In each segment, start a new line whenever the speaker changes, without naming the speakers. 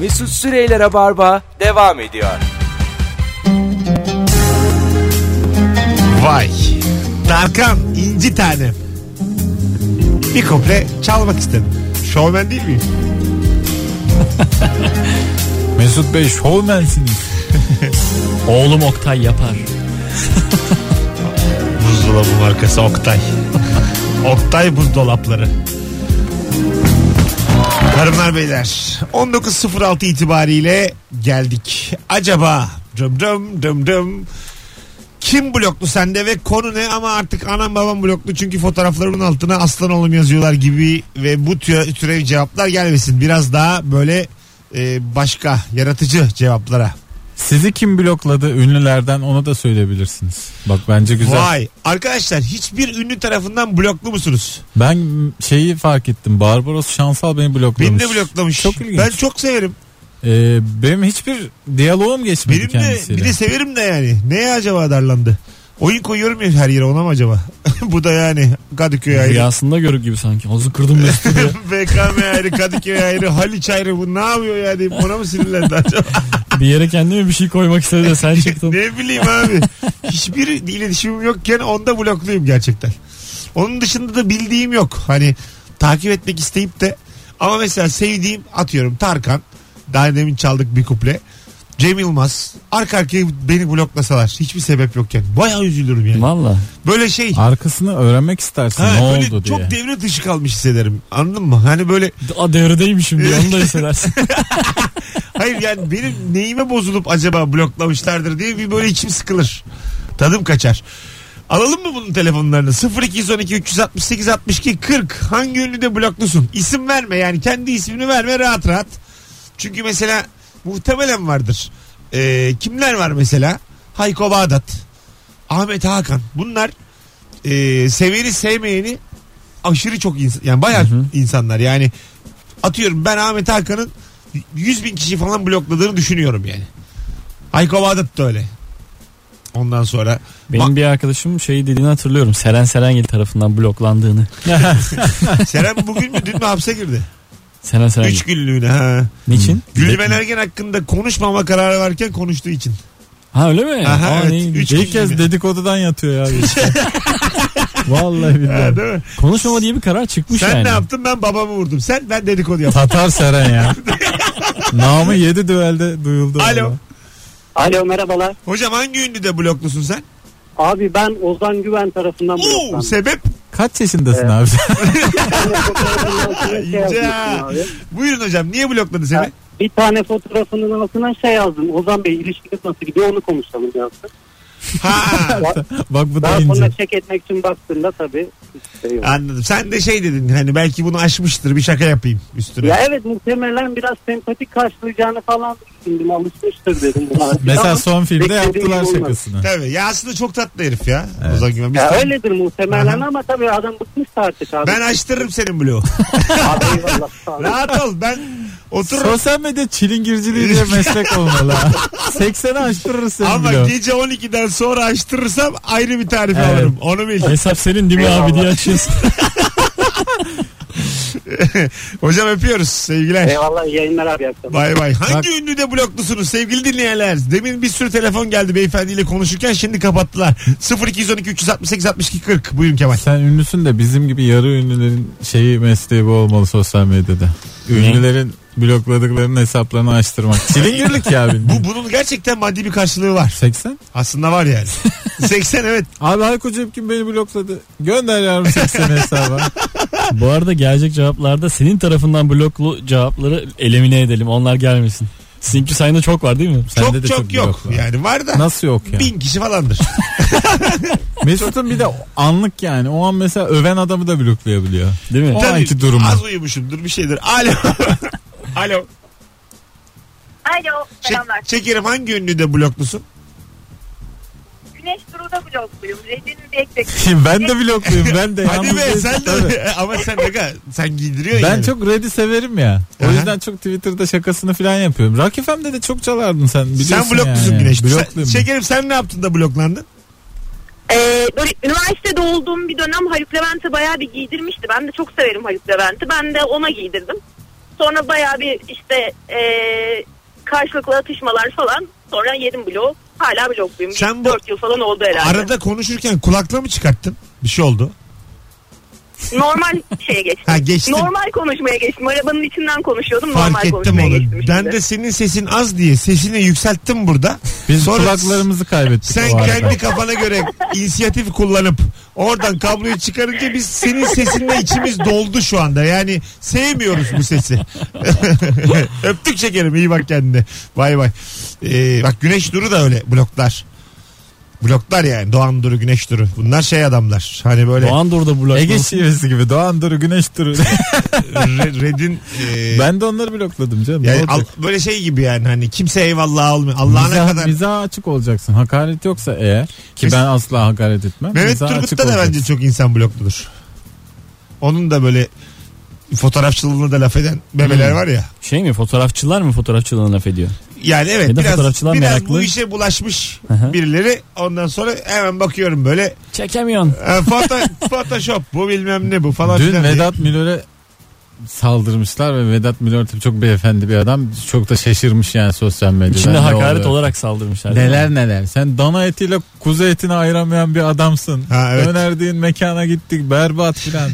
Mesut Süreyler'e barba devam ediyor.
Vay. Tarkan inci tanem. Bir komple çalmak istedim. Şovmen değil miyim?
Mesut Bey şovmensiniz.
Oğlum Oktay yapar.
Buzdolabı markası Oktay. Oktay buzdolapları. Hanımlar beyler 19.06 itibariyle geldik. Acaba dım dım dım dım kim bloklu sende ve konu ne ama artık anam babam bloklu çünkü fotoğraflarımın altına aslan oğlum yazıyorlar gibi ve bu tür türev cevaplar gelmesin. Biraz daha böyle e, başka yaratıcı cevaplara
Sizi kim blokladı ünlülerden onu da söyleyebilirsiniz. Bak bence güzel.
Vay arkadaşlar hiçbir ünlü tarafından bloklu musunuz?
Ben şeyi fark ettim. Barbaros Şansal beni bloklamış.
Beni de bloklamış.
Çok ilginç.
ben çok severim.
Ee, benim hiçbir diyaloğum geçmedi
Benim de
kendisiyle.
bir de severim de yani. Neye acaba darlandı? Oyun koyuyorum ya her yere ona mı acaba? Bu da yani Kadıköy ayrı.
Rüyasında görür gibi sanki. Ağzı kırdım Mesut diye.
BKM ayrı, Kadıköy ayrı, Haliç ayrı. Bu ne yapıyor yani? Ona mı sinirlendi acaba?
Bir yere kendime bir şey koymak istedi de sen çıktın.
ne bileyim abi. Hiçbir iletişimim yokken onda blokluyum gerçekten. Onun dışında da bildiğim yok. Hani takip etmek isteyip de ama mesela sevdiğim atıyorum Tarkan. Daha demin çaldık bir kuple. Cem Yılmaz. Arka arkaya beni bloklasalar. Hiçbir sebep yokken. Bayağı üzülürüm yani.
Valla.
Böyle şey.
Arkasını öğrenmek istersin
Ha,
ne
böyle
oldu diye.
çok devre dışı kalmış hissederim. Anladın mı? Hani böyle
A devredeymişim diye onu da hissedersin.
hayır yani benim neyime bozulup acaba bloklamışlardır diye bir böyle içim sıkılır. Tadım kaçar. Alalım mı bunun telefonlarını? 0212 368 62 40 hangi ünlüde bloklusun? İsim verme yani kendi ismini verme rahat rahat. Çünkü mesela muhtemelen vardır. Ee, kimler var mesela? Hayko Bağdat, Ahmet Hakan. Bunlar e, seveni sevmeyeni aşırı çok insan yani bayağı insanlar yani atıyorum ben Ahmet Hakan'ın 100 bin kişi falan blokladığını düşünüyorum yani. Hayko Bağdat da öyle. Ondan sonra
Benim bir arkadaşım şey dediğini hatırlıyorum. Seren Serengil tarafından bloklandığını.
Serem bugün mü dün mü hapse girdi?
Seren Serengil.
3 günlüğüne ha.
Niçin?
Gülben Ergen hakkında konuşmama kararı varken konuştuğu için.
Ha öyle mi?
Aha,
Aa,
evet.
ne-
Üç
İlk kez
günlüğüne.
dedikodudan yatıyor ya. işte. Vallahi
Ha,
billahi.
değil mi?
Konuşmama diye bir karar çıkmış
Sen
yani.
ne yaptın ben babamı vurdum. Sen ben dedikodu yaptım.
Tatar Seren ya. Namı 7 düelde duyuldu.
Alo.
Alo merhabalar.
Hocam hangi ünlü de bloklusun sen?
Abi ben Ozan Güven tarafından
Oo,
bloklandım.
sebep?
Kaç yaşındasın abi?
Bir tane fotoğrafının altına şey
İnce.
yazmışsın abi.
Buyurun hocam niye blokladı seni?
Ha. Bir tane fotoğrafının altına şey yazdım. Ozan Bey ilişkiniz nasıl gidiyor onu konuşalım yazdım.
Ha,
Bak bu da
Daha
ince.
sonra çek etmek için baktığımda tabii hiçbir şey yok.
anladım. Sen de şey dedin hani belki bunu aşmıştır bir şaka yapayım üstüne.
Ya evet muhtemelen biraz sempatik karşılayacağını falan düşündüm. Alışmıştır dedim buna.
Mesela
Ama
son filmde
beklediğim gibi
yaptılar
olmadı.
şakasını.
Tabii. Ya aslında çok tatlı herif ya. Ozan Güven. Biz
Ya
tam-
öyledir muhtemelen
Aha.
ama tabii adam bıkmış artık abi.
Ben açtırırım senin bloğu.
Abi eyvallah sağ ol.
Rahat ol. Ben otururum.
Sosyal medya çilingirciliği diye meslek olmalı. ha. 80'e açtırırız seni
Ama
bile.
gece 12'den sonra açtırırsam ayrı bir tarif
Evet.
alırım. Onu bil.
Hesap senin değil mi abi diye açıyorsun.
Hocam öpüyoruz. Sevgiler.
Eyvallah iyi yayınlar abi. iyi akşamlar.
Bay bay. Hangi ünlü de bloklusunuz sevgili dinleyenler? Demin bir sürü telefon geldi beyefendiyle konuşurken şimdi kapattılar. 0212 368 62 40. Buyurun Kemal.
Sen ünlüsün de bizim gibi yarı ünlülerin şeyi mesleği bu olmalı sosyal medyada. Ünlülerin blokladıklarının hesaplarını açtırmak. Çilingirlik ya
Bu
bildiğin.
bunun gerçekten maddi bir karşılığı var.
80?
Aslında var yani. 80 evet.
Abi Hayko Cepkin beni blokladı. Gönder yavrum 80 hesaba.
Bu arada gelecek cevaplarda senin tarafından bloklu cevapları elemine edelim. Onlar gelmesin. Sizinki sayında çok var değil mi?
Sende
çok
de
çok,
çok
yok.
blok var.
Yani var da
Nasıl yok ya?
bin kişi falandır.
Mesut'un bir de anlık yani. O an mesela öven adamı da bloklayabiliyor.
Değil mi?
O anki durumu.
Az uyumuşumdur bir şeydir. Alo. Alo.
Alo,
Şey, Çek,
selamlar.
şekerim hangi ünlü de bloklusun?
Güneş Duru'da blokluyum. Recep İvedik de
Şimdi ben de blokluyum ben de.
Hadi
yalnız
be
değilim.
sen
Tabii.
de ama sen ne kadar sen giydiriyor
Ben
yani.
çok Red'i severim ya. O
Aha.
yüzden çok Twitter'da şakasını falan yapıyorum. Rock FM'de de çok çalardın sen biliyorsun
sen bloklusun
yani.
Güneş. Sen,
Blokluyum.
şekerim sen ne yaptın da bloklandın?
Ee, böyle üniversitede olduğum bir dönem Haluk Levent'e bayağı bir giydirmişti. Ben de çok severim Haluk Levent'i. Ben de ona giydirdim. Sonra bayağı bir işte eee, karşılıklı atışmalar falan. Sonra yedim bloğu. Hala blokluyum.
Sen
Sen
bu-
4 yıl falan oldu herhalde.
Arada konuşurken kulakla mı çıkarttın? Bir şey oldu.
Normal şeye geçtim.
Ha, geçtim.
Normal konuşmaya geçtim. Arabanın içinden konuşuyordum. normal
Fark ettim
konuşmaya geçtim
onu.
şimdi.
Ben de senin sesin az diye sesini yükselttim burada.
Biz
Sonra
kulaklarımızı kaybettik o
Sen
arada.
kendi kafana göre inisiyatif kullanıp oradan kabloyu çıkarınca biz senin sesinle içimiz doldu şu anda. Yani sevmiyoruz bu sesi. Öptük şekerim iyi bak kendine. Bay bay. Ee, bak Güneş Duru da öyle bloklar. Bloklar yani Doğan Duru Güneş Duru. Bunlar şey adamlar. Hani böyle
Doğan Dur'da blok.
Ege şivesi gibi Doğan Duru Güneş Duru.
re- Red'in e,
ben de onları blokladım canım.
yani
ne olacak?
al- böyle şey gibi yani hani kimse eyvallah almıyor. Allah'ına
Mizaha,
kadar.
mizaha açık olacaksın. Hakaret yoksa eğer ki
Mes-
ben asla hakaret etmem.
Mehmet
mizaha açık
Turgut'ta da
olacaksın.
bence çok insan blokludur. Onun da böyle fotoğrafçılığını da laf eden bebeler
Hmm.
var ya.
Şey mi fotoğrafçılar mı fotoğrafçılığına laf ediyor?
Yani evet
Ya da
biraz,
fotoğrafçılar
biraz
meraklı.
bu işe bulaşmış
hı.
birileri. Ondan sonra hemen bakıyorum böyle.
Çekemiyorsun.
e, Foto, Photoshop bu bilmem ne bu falan
Dün
filan.
Vedat Milor'e saldırmışlar ve Vedat Milor tabii çok beyefendi bir adam. Çok da şaşırmış yani sosyal medyada.
İçinde
Ne
hakaret
oluyor?
olarak saldırmışlar.
Neler neler. Sen dana etiyle kuzu etini ayıramayan bir adamsın.
Ha, evet.
Önerdiğin mekana gittik berbat filan.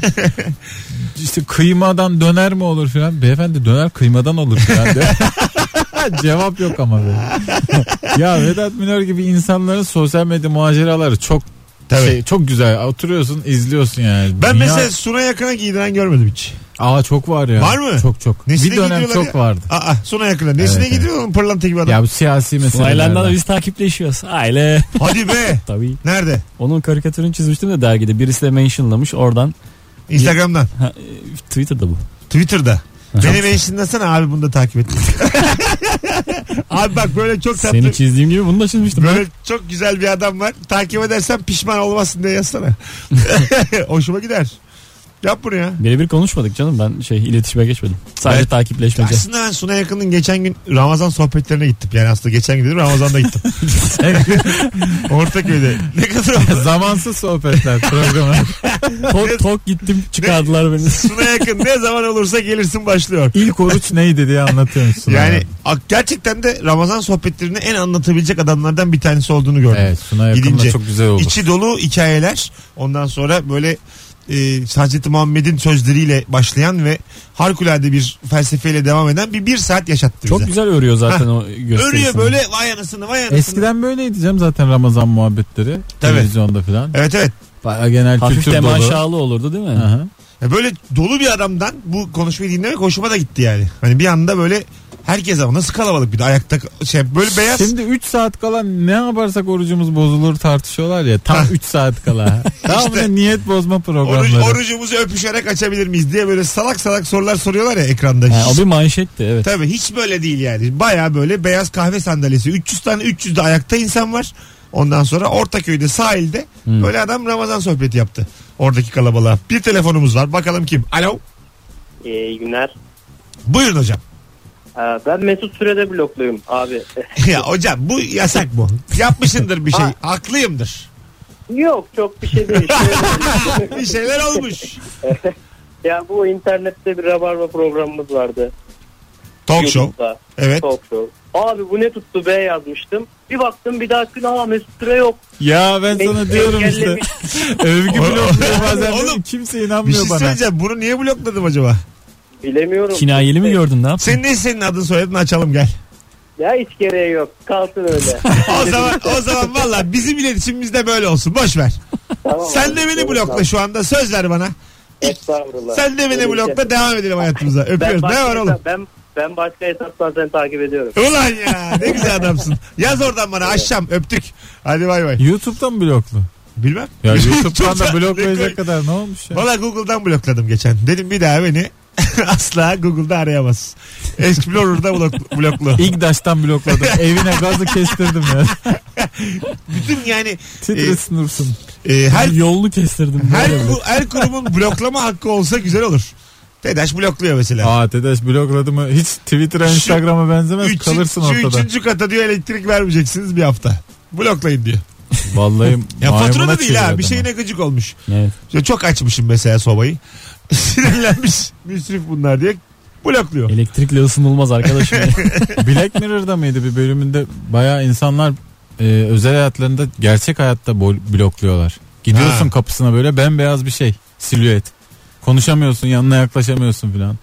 işte kıymadan döner mi olur filan. Beyefendi döner kıymadan olur filan. diyor. Cevap yok ama. böyle. ya Vedat Milor gibi insanların sosyal medya maceraları çok
Tabii.
şey, çok güzel. Oturuyorsun izliyorsun yani.
Ben
Dünya-
mesela Suna Yakın'a giydiren görmedim hiç.
Aa çok var ya.
Var mı?
Çok çok.
Nesine
bir dönem
gidiyorlar
çok
ya?
vardı.
Aa Suna Yakın'a. Nesine
Evet,
giydiriyor oğlum pırlanta gibi adam.
Ya bu siyasi
Aylan'da da
meseleler.
biz takipleşiyoruz. Aile.
Hadi be.
Tabii.
Nerede?
Onun karikatürünü çizmiştim de dergide. Birisi de mentionlamış oradan.
Instagram'dan.
Ha, e, Twitter'da bu.
Twitter'da. Beni mentionlasana abi bunu da takip et. abi bak böyle çok tatlı.
Seni çizdiğim gibi bunu da çizmiştim.
Böyle çok güzel bir adam var. Takip edersen pişman olmasın diye yazsana. Hoşuma gider. Yap bunu ya.
Birebir konuşmadık canım ben şey iletişime geçmedim. Sadece
Evet.
takipleşmece.
Aslında ben Suna Yakın'ın geçen gün Ramazan sohbetlerine gittim. Yani aslında geçen gün dedim Ramazan'da gittim. Ortaköy'de. Ne kadar oldu?
Zamansız sohbetler programı.
tok tok gittim çıkardılar beni.
Suna Yakın ne zaman olursa gelirsin başlıyor.
İlk oruç neydi diye anlatıyorsun.
Yani ak- gerçekten de Ramazan sohbetlerini en anlatabilecek adamlardan bir tanesi olduğunu gördüm.
Evet Suna yakında
Gidince.
çok güzel oldu.
İçi dolu hikayeler. Ondan sonra böyle e, Hazreti Muhammed'in sözleriyle başlayan ve harikulade bir felsefeyle devam eden bir bir saat yaşattı
Çok
bize.
güzel örüyor zaten o gösterisini.
Örüyor böyle vay anasını vay anasını.
Eskiden böyleydi canım zaten Ramazan muhabbetleri. Televizyonda filan.
Evet evet.
Bayağı genel
Hafif
kültür dolu.
temaşalı olurdu değil mi?
Hı hı.
Ya Böyle dolu bir adamdan bu konuşmayı dinlemek hoşuma da gitti yani. Hani bir anda böyle herkes ama nasıl kalabalık bir de ayakta şey böyle beyaz.
Şimdi 3 saat kala ne yaparsak orucumuz bozulur tartışıyorlar ya. Tam 3 saat kala. Tam
İşte.
da niyet bozma programları.
Oruç, orucumuzu öpüşerek açabilir miyiz diye böyle salak salak sorular soruyorlar ya ekranda.
Ha, o
Hiç-
bir manşetti evet.
Tabii hiç böyle değil yani. Baya böyle beyaz kahve sandalyesi. 300 tane 300 de ayakta insan var. Ondan sonra Ortaköy'de sahilde
Hmm.
böyle adam Ramazan sohbeti yaptı. Oradaki kalabalığa. Bir telefonumuz var. Bakalım kim? Alo.
İyi günler.
Buyurun hocam.
Ha, ben Mesut Süre'de blokluyum abi. Ee,
ya hocam bu yasak bu. Yapmışındır bir şey. Haklıyımdır.
Yok çok bir şey değil. Şöyle-
Bir şeyler olmuş.
ya bu internette bir rabarba programımız vardı.
Talk show.
YouTube'da.
Evet.
Talk show. Abi bu ne tuttu be yazmıştım. Bir baktım bir daha aa Mesut Süre yok.
Ya ben sana
Beni
diyorum işte.
engellemiş.
Övgü
Oğlum,
blokluyor bazen.
oğlum,
kimse
Bir
inanmıyor
şey
bana.
söyleyeceğim. Bunu niye blokladım acaba?
Bilemiyorum.
Kinayeli mi gördün ne yaptın?
Senin ne senin adın soyadın açalım gel.
Ya hiç gereği yok. Kalsın öyle.
O zaman o zaman valla bizim iletişimimizde böyle olsun. Boş ver.
Tamam
Sen
abi,
de beni
sorun
blokla
yok.
şu anda. Söz ver bana.
Estağfurullah.
Sen de beni
Öyle bir şey.
blokla devam edelim hayatımıza.
Ben
Öpüyoruz. Ne
başka,
var oğlum?
hesap- ben, ben başka hesaptan seni takip ediyorum.
Ulan ya ne güzel adamsın. Yaz oradan bana aşam öptük. Hadi bay bay.
YouTube'da mı bloklu?
Bilmem.
Ya YouTube'dan da
Çok-
bloklayacak kadar ne olmuş ya?
Valla Google'dan blokladım geçen. Dedim bir daha beni asla Google'da arayamaz. Explorer'da blok, bloklu.
İgdaş'tan blokladım. Evine gazı kestirdim ya.
Bütün yani
Titresin dursun.
e, her
Yolunu kestirdim.
her,
Böyle
ku- her kurumun bloklama hakkı olsa güzel olur. TEDAŞ blokluyor mesela.
Aa Tedaş blokladı mı? Hiç Twitter'a
Şu-
Instagram'a benzemez.
Üçün-
Kalırsın
şu
ortada.
üçüncü kata diyor elektrik vermeyeceksiniz bir hafta. Bloklayın diyor.
Vallahi
Ya fatura da
maymuna
değil şey-
çevir
ha. Bir
adamı.
şeyine gıcık olmuş.
bir- Evet.
Ya çok açmışım mesela sobayı. Sinirlenmiş. Müsrif bunlar diye. Blokluyor.
E,
Elektrikle ısınılmaz arkadaşım.
Black Mirror'da mıydı bir bölümünde bayağı insanlar e, özel hayatlarında gerçek hayatta bol- blokluyorlar. Gidiyorsun
Ha.
kapısına böyle bembeyaz bir şey silüet. Konuşamıyorsun yanına yaklaşamıyorsun filan.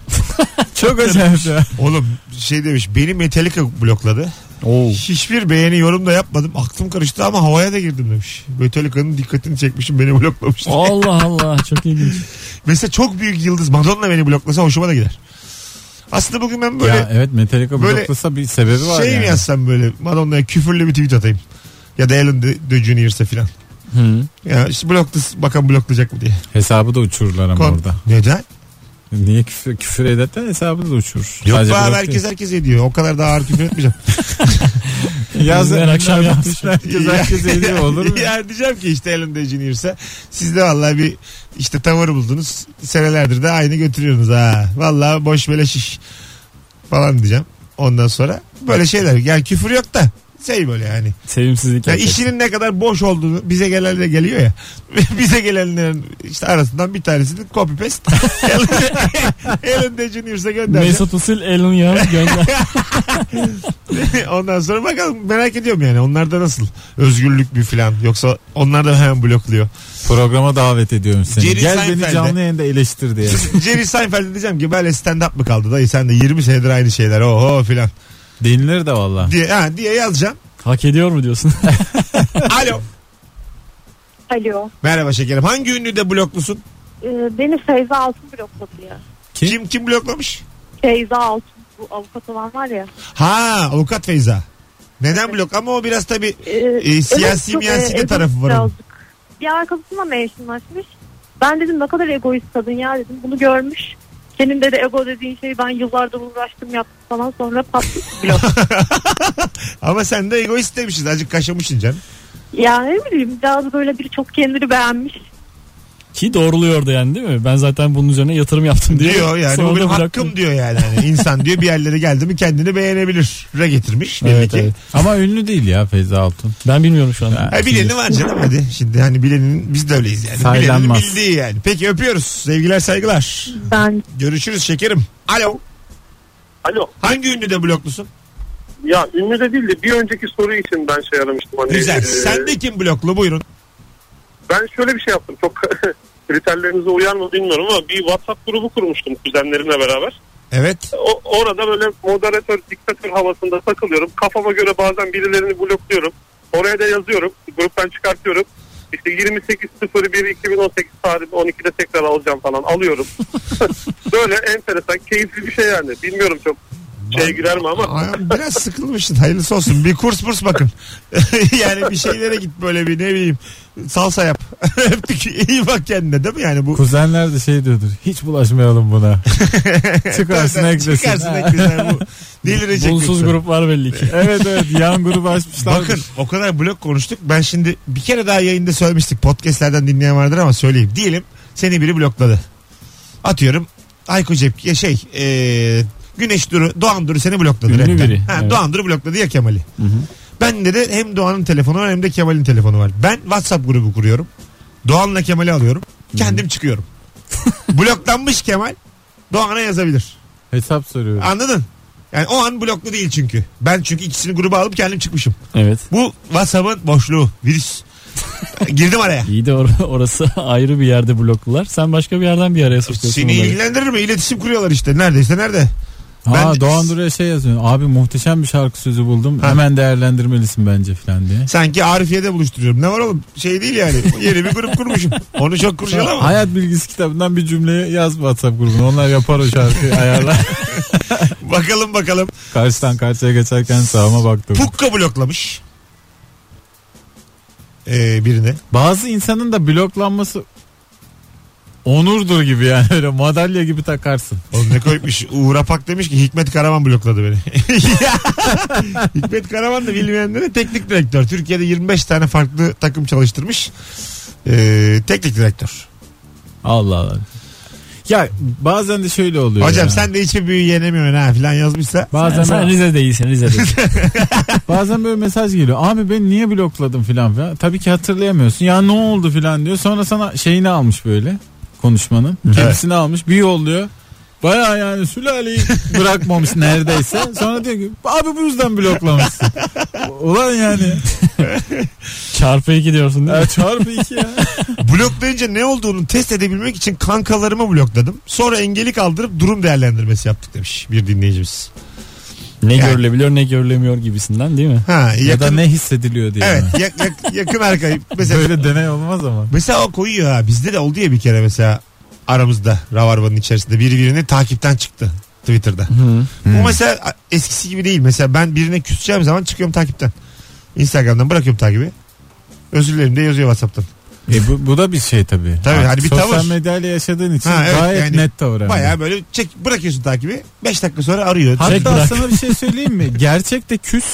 Çok acayip ya.
Oğlum şey demiş beni Metallica blokladı. Hiçbir beğeni yorum da yapmadım. Aklım karıştı ama havaya da girdim demiş. Metallica'nın dikkatini çekmişim beni bloklamış.
Allah Allah çok ilginç.
Mesela çok büyük yıldız Madonna beni bloklasa hoşuma da gider. Aslında bugün ben böyle
ya evet Metallica
şey. böyle
bloklasa bir sebebi var
şey mi
yani.
yazsam böyle Madonna'ya küfürlü bir tweet atayım. Ya da Ellen de, de Junior'sa filan.
Hı.
Ya işte bloklu, bakan bloklayacak mı diye.
Hesabı da uçururlar ama
Kon-
orada.
Neden?
Niye küfür, küfür edersen hesabı da uçurur.
Yok
Sadece
be abi
blok
herkes herkes ediyor. O kadar da ağır küfür etmeyeceğim.
değil. Yazın
Her akşam
günler
yapmış.
bitmiş, Herkes herkes ediyor olur mu?
ya diyeceğim ki işte Ellen DeGeneres'e siz de vallahi bir işte tavır buldunuz. Senelerdir de aynı götürüyorsunuz ha. Vallahi boş beleş iş falan diyeceğim. Ondan sonra böyle şeyler. Yani küfür yok da şey böyle yani.
Sevimsizlik.
Ya
yapacak.
işinin ne kadar boş olduğunu bize gelenlere geliyor ya. bize gelenlerin işte arasından bir tanesini copy paste. Ellen DeGeneres'e göndereceğim.
Mesut Usul Elon Young gönder.
Ondan sonra bakalım merak ediyorum yani. Onlarda nasıl? Özgürlük mü filan? Yoksa onlar da hemen blokluyor.
Programa davet ediyorum seni.
Jerry
Gel
Seinfeld'e.
beni canlı yayında eleştir diye.
Jerry Seinfeld'e diyeceğim ki böyle stand up mı kaldı dayı sen de 20 senedir aynı şeyler oho filan
Denilir de valla.
diye, ha, diye yazacağım.
Hak ediyor mu diyorsun?
Alo.
Alo.
Merhaba şekerim. Hangi ünlü de bloklusun?
Ee, beni Feyza Altun blokladı ya.
Kim?
Kim kim bloklamış?
Feyza Altun bu avukat olan var ya.
Ha avukat Feyza. Neden blok? Ama o biraz tabii
Ee,
E, siyasi
çok,
miyasi de
egoist
tarafı var onun.
birazcık. Bir arkadaşımla mentionlaşmış. Ben dedim ne kadar egoist kadın ya dedim. Bunu görmüş. Senin de ego dediğin şeyi ben yıllardır uğraştım yaptım falan sonra patladı blok.
ama sen de egoist demişiz. Azıcık kaşamışsın canım.
ya ne bileyim biraz böyle biri çok kendini beğenmiş.
Ki doğruluyordu yani değil mi? Ben zaten bunun üzerine yatırım yaptım diye.
Diyor yani
Sonra
bu benim
da bıraktım.
hakkım diyor yani. Hani insan diyor bir yerlere geldi mi kendini beğenebilir. Re getirmiş belli
Evet,
ki.
evet.
Ama ünlü değil ya Feyza Altun.
Ben bilmiyorum şu an.
Ha, bileni var canım hadi. Şimdi hani bilenin biz de öyleyiz yani.
Saylanmaz.
Bilenin bildiği yani. Peki öpüyoruz. Sevgiler saygılar.
Ben
Görüşürüz şekerim. Alo.
Alo.
Hangi ünlü de bloklusun?
Ya ünlü de değil de bir önceki soru için ben şey aramıştım. Hani,
Güzel.
e,
Sen de kim bloklu buyurun.
Ben şöyle bir şey yaptım. Çok kriterlerinize uyar mı bilmiyorum ama bir WhatsApp grubu kurmuştum kuzenlerimle beraber.
Evet.
O, orada böyle moderatör, diktatör havasında takılıyorum. Kafama göre bazen birilerini blokluyorum. Oraya da yazıyorum. Gruptan çıkartıyorum. İşte 28.01.2018 tarih 12'de tekrar alacağım falan alıyorum. böyle enteresan, keyifli bir şey yani. Bilmiyorum çok şeye girer mi ama.
Aa, Biraz sıkılmışsın. Hayırlısı olsun. Bir kurs burs bakın. yani bir şeylere git böyle bir ne bileyim. Salsa yap. Öptük. İyi bak kendine değil mi yani bu?
Kuzenler de şey diyordur. Hiç bulaşmayalım buna. Çıkarsın eklesin.
Çıkarsın
Ha.
eklesin. Bu delirecek.
Bunsuz
yoksa.
grup var belli ki.
evet evet yan grubu açmışlar.
Bakın o kadar blok konuştuk. Ben şimdi bir kere daha yayında söylemiştik. Podcastlerden dinleyen vardır ama söyleyeyim. Diyelim seni biri blokladı. Atıyorum Ayko Cep ya şey e, Güneş Duru Doğan Duru seni blokladı.
Ünlü
rapten.
biri,
Ha,
evet.
Doğan Duru blokladı ya Kemal'i. Ben de, de hem Doğan'ın telefonu var hem de Kemal'in telefonu var. Ben WhatsApp grubu kuruyorum. Doğan'la Kemal'i alıyorum. Kendim çıkıyorum. Bloklanmış Kemal Doğan'a yazabilir.
Hesap soruyorum.
Anladın? Yani o an bloklu değil çünkü. Ben çünkü ikisini gruba alıp kendim çıkmışım.
Evet.
Bu WhatsApp'ın boşluğu. Virüs. Girdim araya.
İyi de or- orası ayrı bir yerde bloklular. Sen başka bir yerden bir araya sokuyorsun.
Seni
onları.
ilgilendirir mi? İletişim kuruyorlar işte. Neredeyse nerede?
Ha
Ben-
Doğan Duru'ya şey yazıyor. Abi muhteşem bir şarkı sözü buldum.
Ha.
Hemen değerlendirmelisin bence filan diye.
Sanki Arifiye'de buluşturuyorum. Ne var oğlum? Şey değil yani. Yeni bir grup kurmuşum. Onu çok kurcalama.
Hayat bilgisi kitabından bir cümleyi yaz WhatsApp grubuna. Onlar yapar o şarkıyı ayarlar.
Bakalım bakalım.
Karşıdan karşıya geçerken sağıma baktım.
Pukka bloklamış. Ee, birini.
Bazı insanın da bloklanması onurdur gibi yani öyle madalya gibi takarsın.
Oğlum ne koymuş? Uğur Apak demiş ki Hikmet Karaman blokladı beni. Hikmet Karaman da bilmeyenlere teknik direktör. Türkiye'de 25 tane farklı takım çalıştırmış. Ee, teknik direktör.
Allah Allah. Ya bazen de şöyle oluyor.
Hocam
ya.
sen de hiçbir büyü yenemiyorsun ha filan yazmışsa.
Sen,
bazen
sen Rize değilsin Rize değilsin.
bazen böyle mesaj geliyor. Abi beni niye blokladın filan filan. Tabii ki hatırlayamıyorsun. Ya ne oldu filan diyor. Sonra sana şeyini almış böyle konuşmanın. Kendisini almış. Bir yolluyor. Baya yani sülaleyi bırakmamış neredeyse. Sonra diyor ki abi bu yüzden bloklamışsın. Ulan yani.
Çarpı iki diyorsun değil mi?
Ya çarpı iki ya.
Bloklayınca ne olduğunu test edebilmek için kankalarımı blokladım. Sonra engeli kaldırıp durum değerlendirmesi yaptık demiş bir dinleyicimiz.
Ne
Yani.
görülebiliyor ne görülemiyor gibisinden değil mi?
Ha, yakın,
ya da ne hissediliyor diye.
Evet
mi?
yak- yak- yakın arkayı. Mesela,
Böyle deney olmaz ama.
mesela o koyuyor ha. Bizde de oldu ya bir kere mesela aramızda Ravarva'nın içerisinde biri birini takipten çıktı Twitter'da. Bu mesela a- eskisi gibi değil. Mesela ben birine küseceğim zaman çıkıyorum takipten. Instagram'dan bırakıyorum takibi. Özür dilerim de yazıyor Whatsapp'tan.
E bu, bu da bir şey tabii.
Tabii,
Artık
hani bir
Sosyal
tavır.
medyayla yaşadığın için
Ha, evet,
gayet
yani
net tavır. hem de.
Bayağı böyle çek bırakıyorsun takibi. 5 dakika sonra arıyor.
Çek
Hatta
bırak.
sana bir şey söyleyeyim mi? Gerçekte küs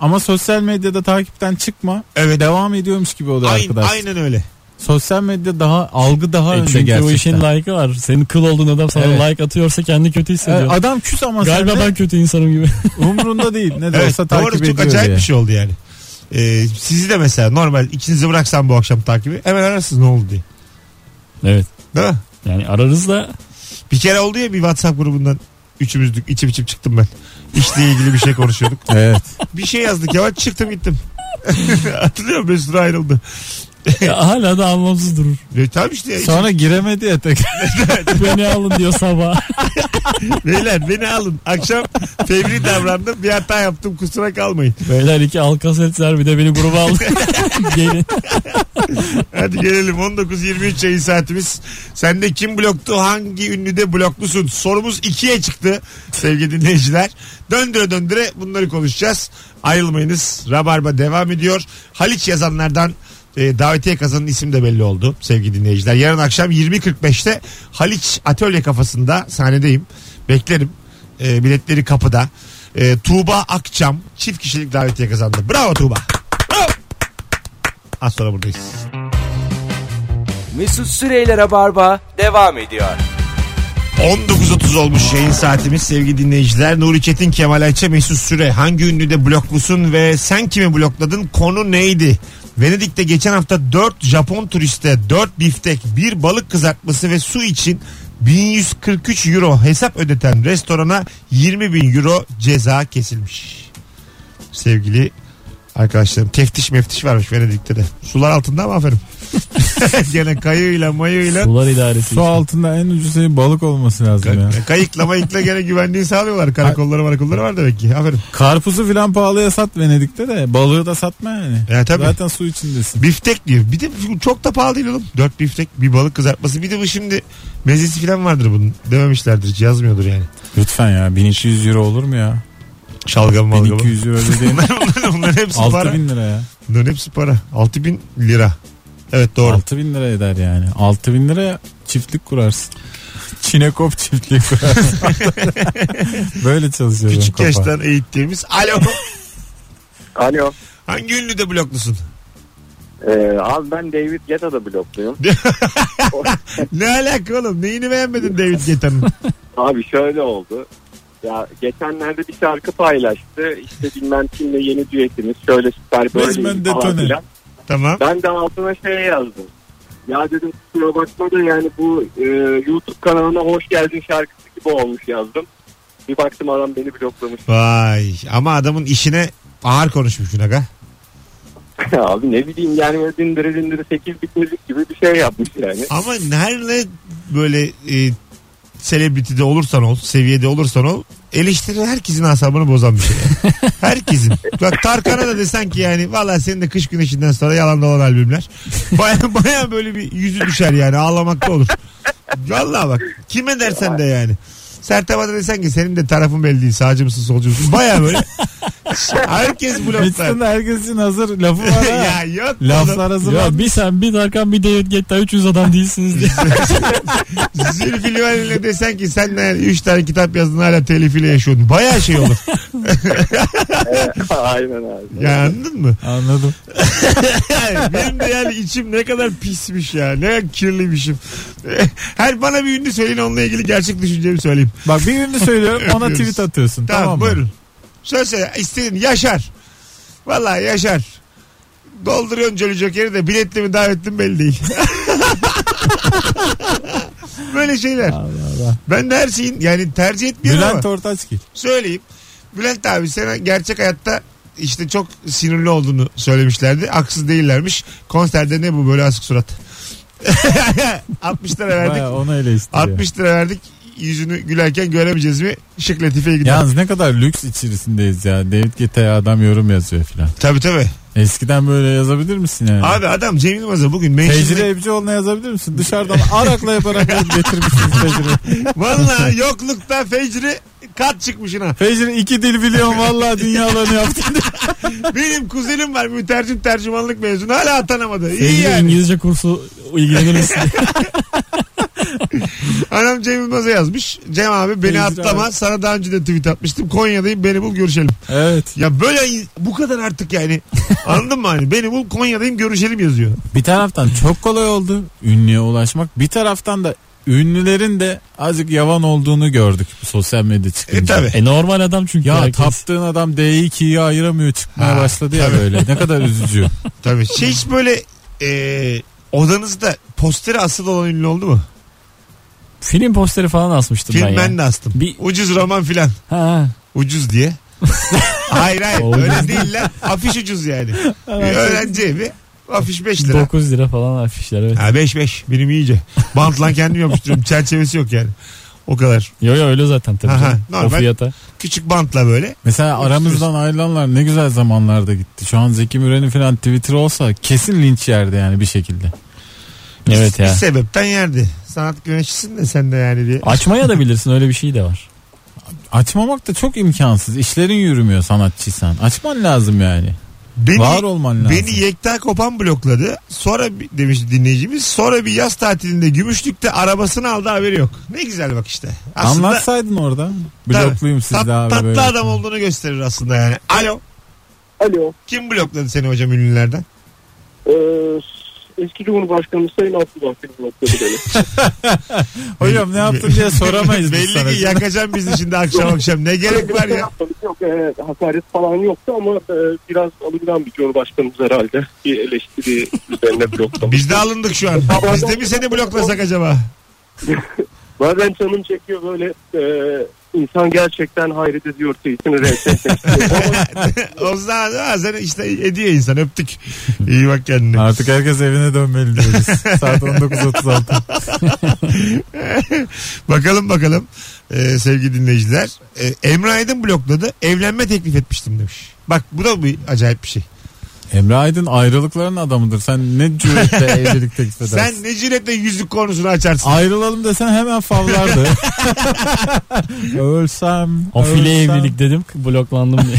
ama sosyal medyada takipten çıkma.
Evet.
Devam ediyormuş gibi oluyor
Aynen,
arkadaş.
aynen öyle.
Sosyal medya daha algı daha
E
önde
çünkü
gerçekten.
o işin like'ı var. Senin kıl olduğun adam sana
Evet.
like atıyorsa kendi kötü hissediyor.
Evet, E, adam küs ama
Galiba
sende
ben kötü insanım gibi.
umrunda değil. Ne de
Evet,
olsa takip
doğru
ediyor
çok acayip
diye.
bir şey oldu yani. Ee, sizi de mesela normal ikinizi bıraksam bu akşam takibi hemen ararsınız ne oldu diye.
evet.
Değil mi?
Yani ararız da
Bir kere oldu ya bir WhatsApp grubundan üçümüzdük içim içim çıktım ben. İşle ilgili bir şey konuşuyorduk.
Evet.
bir şey yazdık ya çıktım gittim. Hatırlıyor musun? Mesut ayrıldı.
ya hala da anlamsız durur.
Ve tamam işte ya,
Sonra giremedi ya tek.
Beni alın diyor sabah.
beyler beni alın. Akşam fevri davrandım bir hata yaptım kusura kalmayın.
Beyler iki alkasetler bir de beni gruba aldı. Gelin.
Hadi gelelim 19-23 yayın saatimiz. Sende kim bloktu? Hangi ünlüde bloklusun? Sorumuz ikiye çıktı sevgili dinleyiciler. Döndüre döndüre bunları konuşacağız. Ayrılmayınız. Rabarba devam ediyor. Haliç yazanlardan e, davetiye kazanan isim de belli oldu sevgili dinleyiciler. Yarın akşam 20.45'te Haliç Atölye kafasında sahnedeyim. Beklerim. E, biletleri kapıda. E, Tuğba Akçam çift kişilik davetiye kazandı. Bravo Tuğba. Bravo. Az sonra buradayız.
Mesut Süreyler'e barba devam ediyor.
19.30 olmuş yayın saatimiz sevgili dinleyiciler. Nuri Çetin, Kemal Ayça, Mesut Süre. Hangi ünlüde bloklusun ve sen kimi blokladın? Konu neydi? Venedik'te geçen hafta 4 Japon turiste 4 biftek, 1 balık kızartması ve su için 1143 euro hesap ödeten restorana 20 bin euro ceza kesilmiş. Sevgili arkadaşlarım teftiş meftiş varmış Venedik'te de. Sular altında ama aferin. Gene kayığıyla mayığıyla
Sular idaresi.
Su altında en ucuz şey balık olması lazım ya.
e, Kayıklama Kayıkla mayıkla gene güvenliği sağlıyorlar. Karakolları marakolları var demek ki. Aferin.
Karpuzu filan pahalıya sat Venedik'te de balığı da satma yani.
E, tabii.
Zaten su içindesin.
Biftek diyor. Bir de çok da pahalı değil oğlum. Dört biftek bir balık kızartması. Bir de bu şimdi mezesi falan vardır bunun. Dememişlerdir hiç yazmıyordur yani.
Lütfen ya 1200 euro olur mu ya?
Şalgam malgamı.
1200 euro dediğin
Bunlar, bunlar, bunlar hepsi para.
6000 lira ya.
Bunların hepsi para. Altı bin lira. Evet doğru.
6000 lira eder yani. 6000 liraya çiftlik kurarsın. Çinekop çiftliği kurarsın. Böyle çalışıyor benim
Küçük
kafa.
yaştan eğittiğimiz. Alo.
Alo.
Hangi ünlü de bloklusun?
Ee, abi ben David Guetta'da blokluyum.
Ne alaka oğlum? Neyini beğenmedin David Guetta'nın?
Abi şöyle oldu. Ya geçenlerde bir şarkı paylaştı. İşte bilmem kimle yeni düetimiz. Şöyle süper
Resmen
böyle
detone.
falan filan.
tamam.
Ben de altına şey yazdım. Ya dedim kusura bakma da yani bu e, YouTube kanalına hoş geldin şarkısı gibi olmuş yazdım. Bir baktım adam beni bloklamış.
Vay. Ama adamın işine ağır konuşmuşsun aga.
abi ne bileyim yani böyle dindiri dindiri 8 bit müzik gibi bir şey yapmış yani.
Ama her ne böyle e, selebritide olursan ol, seviyede olursan ol eleştiri herkesin asabını bozan bir şey. herkesin. Bak Tarkan'a da desen ki yani valla senin de kış güneşinden sonra yalan dolan albümler. Baya baya böyle bir yüzü düşer yani ağlamakta olur. Valla bak kime dersen de yani. Sertab'a da desen ki senin de tarafın belli değil sağcı mısın solcu musun baya böyle. Herkes bloklar.
Mix'ten herkesin hazır lafı var ha.
ya yok. oğlum.
Laflar hazır.
Ya bir sen bir Tarkan bir David Guetta 300 adam değilsiniz diye.
Zülfü Livaneli'ne desen ki sen de 3 tane kitap yazdın hala telifiyle yaşıyordun. Bayağı şey olur.
Aynen abi.
ya anladın mı?
Anladım.
Yani benim de yani içim ne kadar pismiş ya. Ne kirliymişim. Her bana bir ünlü söyleyin onunla ilgili gerçek düşüncemi söyleyeyim.
Bak bir ünlü söylüyorum ona
Öpüyoruz.
tweet atıyorsun.
Tamam,
Tamam, mı?
buyurun. Söz söyle. İstediğin Yaşar. Vallahi Yaşar. Dolduruyorsun Jolly Joker'i de biletli mi davetli mi belli değil. Böyle şeyler. Ben de her şeyin yani tercih etmiyorum ama
Bülent Ortaçgil.
söyleyeyim. Bülent abi sen gerçek hayatta işte çok sinirli olduğunu söylemişlerdi. Haksız değillermiş. Konserde ne bu böyle asık surat. 60 lira verdik.
Baya onu ele istiyor.
60 lira verdik. Yüzünü gülerken göremeyeceğiz mi? Şık Latife'ye gidelim.
Yalnız ne kadar lüks içerisindeyiz ya. David Guetta'ya adam yorum yazıyor filan.
Tabii tabii.
Eskiden böyle yazabilir misin yani?
Abi adam Cem Yılmaz'a bugün mention'da...
Tecrübe Ebcioğlu'na yazabilir misin? Dışarıdan arakla yaparak yazıp getirmişsiniz Fecri.
Valla yoklukta fecri kat çıkmış inan.
Fecri iki dil biliyorum vallahi dünyalarını yaptın.
Benim kuzenim var mütercim tercümanlık mezunu hala atanamadı. İyi
Sevgili
yani.
İngilizce kursu ilgilenir misin?
Anam Cem Yılmaz'a yazmış. Cem abi beni
Fecri
atlama
abi.
sana daha önce de tweet atmıştım. Konya'dayım beni bul görüşelim.
evet.
Ya böyle in- bu kadar artık yani. Anladın mı hani beni bul Konya'dayım görüşelim yazıyor.
Bir taraftan çok kolay oldu ünlüye ulaşmak. Bir taraftan da ünlülerin de azıcık yavan olduğunu gördük bu sosyal medya
E
çıkınca.
tabi.
e normal adam çünkü.
Ya
herkes.
taptığın adam D2'yi ayıramıyor çıkmaya
Ha,
başladı ya
tabii.
böyle. Ne kadar üzücü.
Tabi. Şey hiç böyle e, odanızda posteri asıl olan ünlü oldu mu?
Film posteri falan asmıştım
Film
ben, ya.
ben de astım.
Bir-
Ucuz roman filan.
Ha, Ha.
Ucuz diye. hayır hayır
Oldu.
öyle değil lan. Afiş ucuz yani. Bir öğrenci evi afiş 5 lira.
9 lira falan afişler evet.
Ha 5 5 benim iyice. Bantla kendim yapıştırıyorum. Çerçevesi yok yani. O kadar.
Yo yo öyle zaten tabii.
Aha,
canım.
normal.
O fiyata.
Küçük bantla böyle.
Mesela aramızdan ayrılanlar ne güzel zamanlarda gitti. Şu an Zeki Müren'in falan Twitter olsa kesin linç yerdi yani bir şekilde.
Evet
Bir
ya.
sebepten yerdi. Sanat güneşisin de sen de yani diye.
Açmaya da bilirsin öyle bir şey de var.
Açmamak da çok imkansız. İşlerin yürümüyor sanatçıysan. Açman lazım yani.
Beni,
Var olman lazım.
beni yekta kopan blokladı. Sonra bir- demiş dinleyicimiz. Sonra bir yaz tatilinde Gümüşlük'te arabasını aldı haberi yok. Ne güzel bak işte.
Anlatsaydın orada.
Tabii.
Blokluyum sizde
Tat-
abi.
tatlı
böyle.
adam olduğunu gösterir aslında yani. Alo.
Alo.
Kim blokladı seni hocam ünlülerden?
Ee, eski Cumhurbaşkanımız Sayın Abdullah Gül blokladı beni.
Hocam ne yaptın diye soramayız biz sana.
Belli ki yakacaksın bizi şimdi akşam akşam. Ne gerek var ya?
Yok, e, hakaret falan yoktu ama e, biraz alıngan bir Cumhurbaşkanımız herhalde. Bir eleştiri üzerine bloklamış.
Biz de alındık şu an. Biz de mi seni bloklasak acaba?
Bazen canım çekiyor böyle e, insan gerçekten hayret ediyor seyitini renklenmek.
o zaman bazen işte hediye insan öptük. İyi bak kendine.
Artık herkes evine dönmeli diyoruz. Saat 19.36.
bakalım bakalım e, sevgili dinleyiciler. E, Emre Aydın blokladı. Evlenme teklif etmiştim demiş. Bak bu da bir acayip bir şey.
Emre Aydın ayrılıkların adamıdır. Sen ne cüretle evlilik teklif edersin.
Sen ne cüretle yüzlük konusunu
Ah.
açarsın.
Ayrılalım desen hemen favlardı. ölsem.
O file
ölsem.
evlilik dedim bloklandım diye.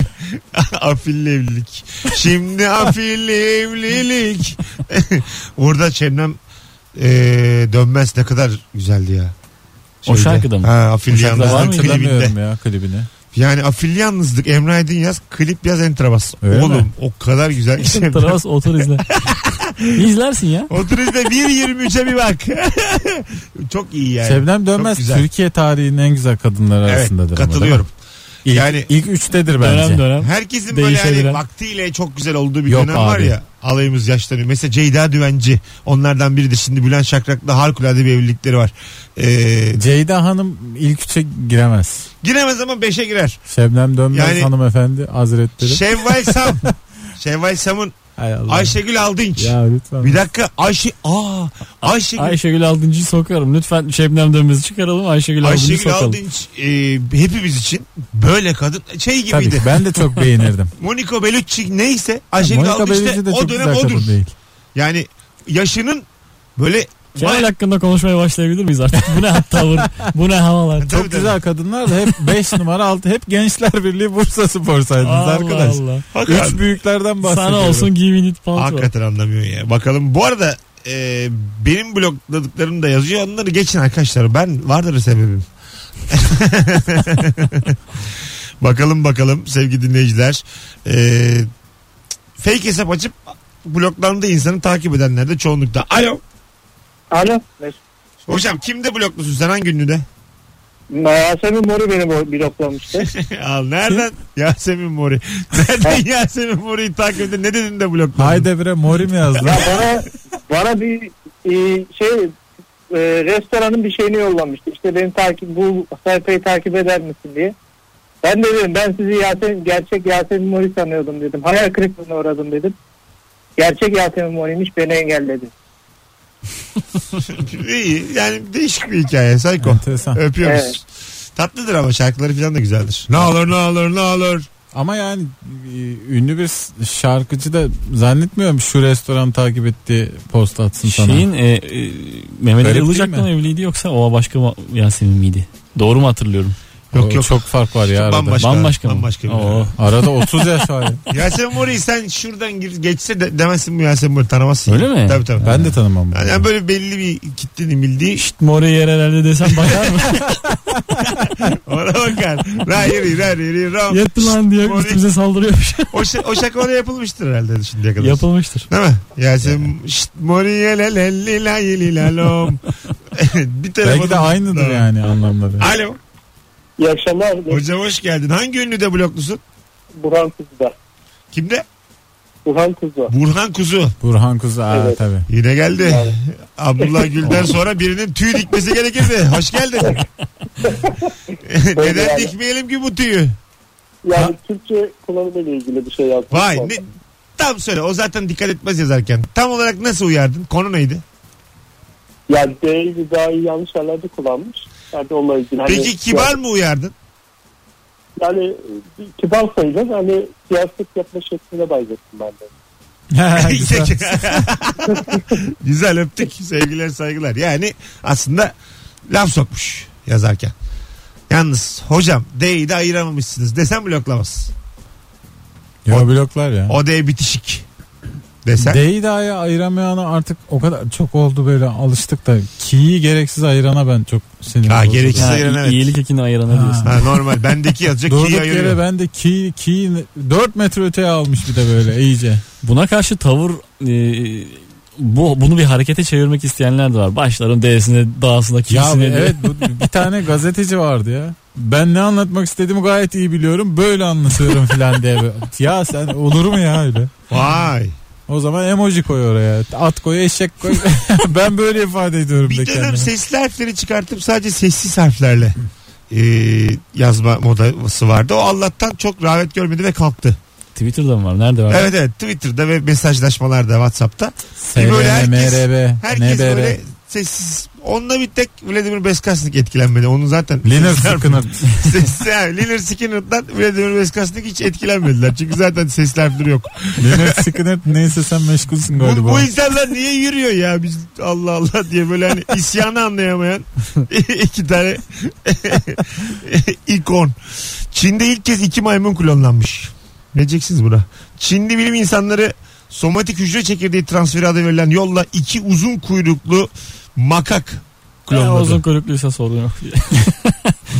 afilli evlilik. Şimdi afilli evlilik. Orada Şebnem e, dönmez ne kadar güzeldi ya.
O şarkıda mı?
Ha, afilli
şarkıda var
yalnızlık
mıydı?
klibinde.
Hatırlamıyorum ya klibini.
Yani afilli yalnızlık Emre Aydın yaz klip yaz entrabas.
Öyle
Oğlum
mi?
o kadar güzel. ki Şebnem.
Tarafas otur izle. İzlersin ya.
Otur izle 1.23'e bir bak. Çok iyi yani.
Şebnem
Çok
Dönmez
güzel.
Türkiye tarihinin en güzel kadınları
Evet
arasındadır. ama,
katılıyorum.
değil mi? İlk,
Yani-
ilk üçtedir bence.
Dönem dönem.
Herkesin böyle hani
Değişebilen.
vaktiyle çok güzel olduğu bir
Yok
dönem var
abi.
ya. Alayımız yaşlanıyor. Mesela Ceyda Düvenci onlardan biridir. Şimdi Bülent Şakrak'la harikulade bir evlilikleri var. Ee,
Ceyda Hanım ilk üçe giremez.
giremez ama 5'e girer.
Şebnem Dönmez
Yani- şey
hanımefendi hazretleri.
Şevval Sam. Şevval Sam'ın
Hay Allah.
Ayşegül Aldınç.
Ya lütfen.
Bir dakika Ayşe aa Ayşegül
Ayşegül Aldıncı'yı sokarım. Lütfen Şebnem Dönmez'i çıkaralım. Ayşegül Aldıncı'yı
Ayşegül
sokalım.
Aldınç e, hepimiz için böyle kadın şey
Tabii
gibiydi.
ben de çok beğenirdim.
Monica Bellucci neyse Ayşegül
Monica
Aldınç
Bellucci
de
de
o
çok
dönem
güzel
odur.
kadın değil.
Yani yaşının böyle
Şey
Kemal hakkında konuşmaya başlayabilir miyiz artık? Bu ne tavır? Bu ne havalar?
Tabii,
Çok
tabii.
güzel kadınlar da hep 5 numara altı hep Gençler Birliği Bursa Spor saydınız
Allah
arkadaş.
Allah.
Hakikaten-
Üç büyüklerden bahsediyorum.
Sana olsun giving it palto.
Hakikaten anlamıyor ya. Bakalım bu arada e, benim blokladıklarım da yazıyor. Onları geçin arkadaşlar. Ben vardır sebebim. bakalım bakalım sevgili dinleyiciler. E, fake hesap açıp bloklandığı insanı takip edenler de çoğunlukta. Alo.
Alo.
Hocam kimde bloklusun sen hangi günlüde?
Yasemin Moru beni bloklamıştı.
Al nereden? Yasemin Mori. Nereden Yasemin Mori'yi takip ettin? Ne dedin de blokladın?
Haydevre Mori mi yazdı?
bana bana bir e, şey e,
e, restoranın bir şeyini yollamıştı. İşte beni takip bu sayfayı takip eder misin diye. Ben de dedim ben sizi Yasemin, gerçek Yasemin Mori sanıyordum dedim. Hayal kırıklığına uğradım dedim. Gerçek Yasemin Mori'ymiş beni engelledi.
İyi yani değişik bir hikaye. Sayko.
Enteresan.
Öpüyoruz.
Evet.
Tatlıdır ama şarkıları falan da güzeldir. Ne olur ne olur ne olur.
Ama yani e, ünlü bir şarkıcı da zannetmiyorum şu restoran takip ettiği posta atsın sana.
Şeyin e, e, Mehmet
Garip
Ali
değil
Ilıcak'la mı
mi?
evliydi yoksa o başka mı- Yasemin miydi? Doğru mu hatırlıyorum?
Yok yok.
Çok fark var ya arada.
Bambaşka.
Bambaşka mı?
Bambaşka bir
Oo.
Arada 30 yaş var. ya.
Yasemin Mori'yi sen şuradan gir, geçse de, demezsin bu Yasemin Mori tanımazsın.
Öyle mi?
Tabii tabii.
Ben de tanımam. bunu.
Yani, yani böyle belli bir kitlenin bildiği
Şşt more yer herhalde desem bakar mı?
ona bakar. La yeri la yeri ram.
Yetti lan diye
More-
üstümüze saldırıyormuş.
O, şa- o şaka ona yapılmıştır herhalde şimdiye kadar.
Yapılmıştır.
Değil mi? Yasemin şşt Mori'ye la la li la yeli la lom. bir telefon.
Belki de aynıdır yani anlamları.
Alo.
İyi akşamlar
Hocam hoş geldin. Hangi ünlü de bloklusun?
Burhan Kuzu'da.
Kimde?
Burhan Kuzu.
Burhan Kuzu.
Burhan Kuzu aa,
Evet.
tabii.
Yine geldi. Abdullah Gül'den sonra birinin tüy dikmesi gerekirdi. Hoş geldin. Neden
yani.
dikmeyelim ki bu tüyü?
Yani Türkçe kullanımıyla ilgili bir şey yazdım.
Vay ne, tam söyle o zaten dikkat etmez yazarken. Tam olarak nasıl uyardın? Konu neydi?
Yani D'yi Rıza'yı yanlış yerlerde kullanmış. Yani onunla ilgili. Hani-
Peki kibar mı uyardın?
Yani e, kibar sayılır. Hani siyaset yapma şekline benzettim ben de.
Güzel. Güzel öptük. Sevgiler saygılar. Yani aslında laf sokmuş yazarken. Yalnız hocam D'yi de ayıramamışsınız desem bloklamaz.
Ya bloklar ya.
O D bitişik desem.
Deyda'ya ayıramayana artık o kadar çok oldu böyle alıştık da ki'yi gereksiz ayırana ben çok sinirim
Ha,
bozuldu.
gereksiz.
Ha,
Sayıran, evet.
İyilik ekini ayırana
Ha.
diyorsun.
Ha, normal. Bendeki yazacak
Durduk
ki
yere
ayırıyor.
ben de ki ki 4 metre öteye almış bir de böyle iyice.
Buna karşı tavır e, bu bunu bir harekete çevirmek isteyenler de var. Başların D'sine, dağsına,
Ya
kisine. diye.
evet bu, bir tane gazeteci vardı ya. Ben ne anlatmak istediğimi gayet iyi biliyorum. Böyle anlatıyorum filan diye. Ya sen olur mu ya öyle?
Vay.
O zaman emoji koy oraya. At koy, eşek koy. ben böyle ifade ediyorum
Bir
da
dönem
kendimi.
sesli harfleri çıkartıp sadece sessiz harflerle e, yazma modası vardı. O Allah'tan çok rağbet görmedi ve kalktı.
Twitter'da mı var? Nerede var?
Evet evet Twitter'da ve mesajlaşmalarda Whatsapp'ta.
SRB,
böyle herkes-
MRB,
Herkes
NBR.
böyle sessiz. Onunla bir tek Vladimir Beskasnik etkilenmedi. Onun zaten
Linux
sesler-
sıkınır.
Ses, yani Liner Skinner'dan Vladimir Beskasnik hiç etkilenmediler. Çünkü zaten sesli harfleri yok.
Linux sıkınır. Neyse sen meşgulsün
Bu,
galiba.
bu insanlar niye yürüyor ya biz Allah Allah diye böyle hani isyanı anlayamayan iki tane ikon. Çin'de ilk kez iki maymun klonlanmış. Ne diyeceksiniz buna? Çinli bilim insanları somatik hücre çekirdeği transferi adı verilen yolla iki uzun kuyruklu makak
Ha,
klonladı.
uzun kuyrukluysa sorun yok.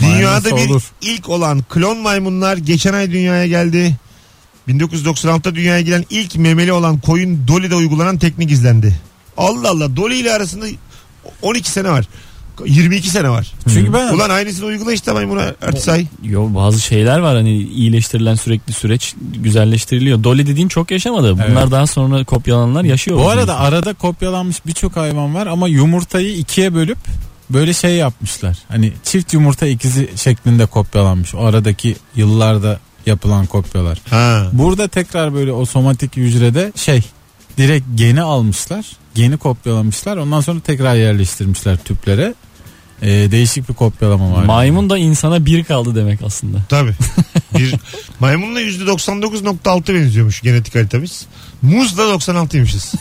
Dünyada
Maymunsa
bir
olur.
ilk olan klon maymunlar geçen ay dünyaya geldi. 1996'da dünyaya gelen ilk memeli olan koyun Dolly'de uygulanan teknik izlendi. Allah Allah Dolly ile arasında 12 sene var. 22 sene var.
Çünkü ben
Ulan aynısını uygula işte maymuna Ertisay.
Yo bazı şeyler var hani iyileştirilen sürekli süreç güzelleştiriliyor. Dolly dediğin çok yaşamadı. Bunlar
Evet.
daha sonra kopyalananlar yaşıyor.
Bu arada arada kopyalanmış birçok hayvan var ama yumurtayı ikiye bölüp böyle şey yapmışlar. Hani çift yumurta ikizi şeklinde kopyalanmış. O aradaki yıllarda yapılan kopyalar.
Ha.
Burada tekrar böyle o somatik hücrede şey direkt geni almışlar. Geni kopyalamışlar. Ondan sonra tekrar yerleştirmişler tüplere. Ee, değişik bir kopyalama var.
Maymun da insana bir kaldı demek aslında.
Tabii. Bir, maymunla %99.6 benziyormuş genetik haritamız. Muzla 96'ymışız.